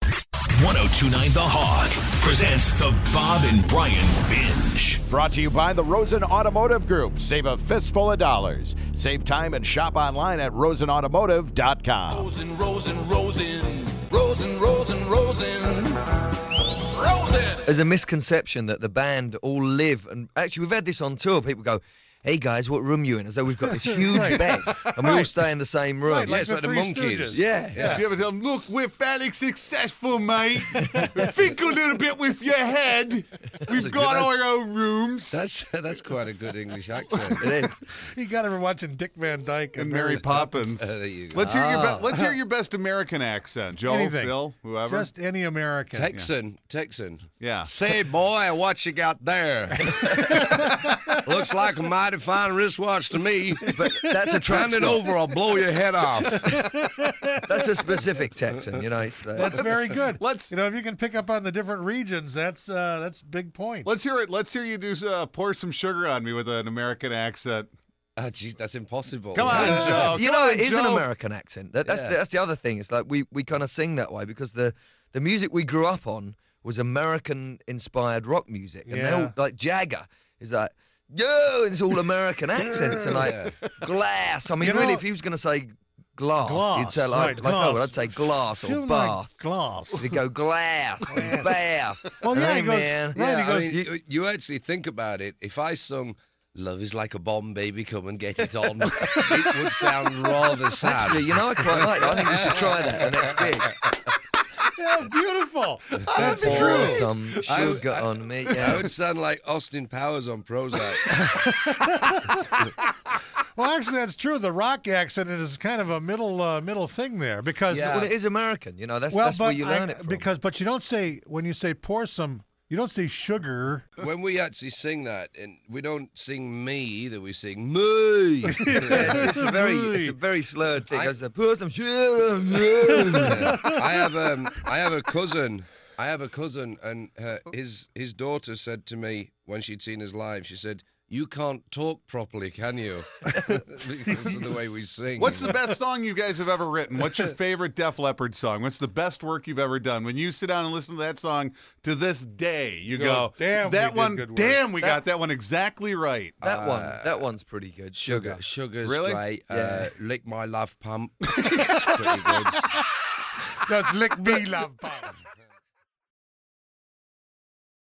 1029 The Hog presents the Bob and Brian Binge. Brought to you by the Rosen Automotive Group. Save a fistful of dollars. Save time and shop online at rosenautomotive.com. Oh, Rosen, Rosen, Rosen, Rosen, Rosen, Rosen, Rosen. There's a misconception that the band all live, and actually, we've had this on tour. People go, "Hey guys, what room you in?" As though we've got this huge bed, and we all stay in the same room. Right, like the Free Stooges. Yeah, If you ever tell them, look, we're fairly successful, mate. Think a little bit with your head. a We've good- got that's- our own rooms. That's that's quite a good English accent. it is. you got to watching Dick Van Dyke And Mary Poppins. Uh, there you go. Let's hear your be- let's hear your best American accent, Joel, Anything. Phil, whoever. Just any American. Texan, Texan. yeah. Say, boy, what you got there? Looks like a mighty fine wristwatch to me. But that's a Turn it transplant. over, I'll blow your head off. That's a specific Texan, you know. it's, uh, That's very good. let's- you know if you can pick up on the different regions, that's uh, that's big points. Let's hear it. Let's hear you do uh, pour some sugar on me with an American accent. Ah, jeez, that's impossible. Come on, Oh, Joe. you Come know, on, it is an Joe. American accent. That, that's the, Yeah. that's the other thing. It's like we we kind of sing that way because the the music we grew up on was American inspired rock music, and Yeah. now like Jagger is like. Yo, it's all American accents and like glass. I mean, You really, know- if he was going to say glass, you'd Glass, say like, right, like oh, glass. I'd say glass or Feeling bath. like glass. They go glass, and bath. Well, yeah, hey, he goes- man. Right, Yeah, he I goes, mean, you, you actually think about it. If I sung "Love is like a bomb, baby, come and get it on," it would sound rather sad. Actually, you know, I quite like that. I think we should try that the next gig. yeah, beautiful. That's Pour true. Some sugar I- on me. I Yeah. would sound like Austin Powers on Prozac. Well, actually, that's true. The rock accent is kind of a middle uh, middle thing there because Yeah. Well, it is American, you know. That's, well, that's but where you learn I- it from. because but you don't say when you say pour some, you don't say sugar. when we actually sing that, and we don't sing me either, we sing me. Yes, it's a very, it's a very slurred thing. It's a pour some sugar. on me." I have um, I have a cousin. I have a cousin, and her, his his daughter said to me when she'd seen us live, she said, "You can't talk properly, can you?" because of the way we sing. What's the best song you guys have ever written? What's your favorite Def Leppard song? What's the best work you've ever done? When you sit down and listen to that song to this day, you Go, go, "Damn, we that did one, good work." damn, we That- got that one exactly right." that one, that one's pretty good. Sugar. Sugar, sugar's Really? great. Yeah. Uh, lick my love pump. It's pretty good. That's lick me love bomb.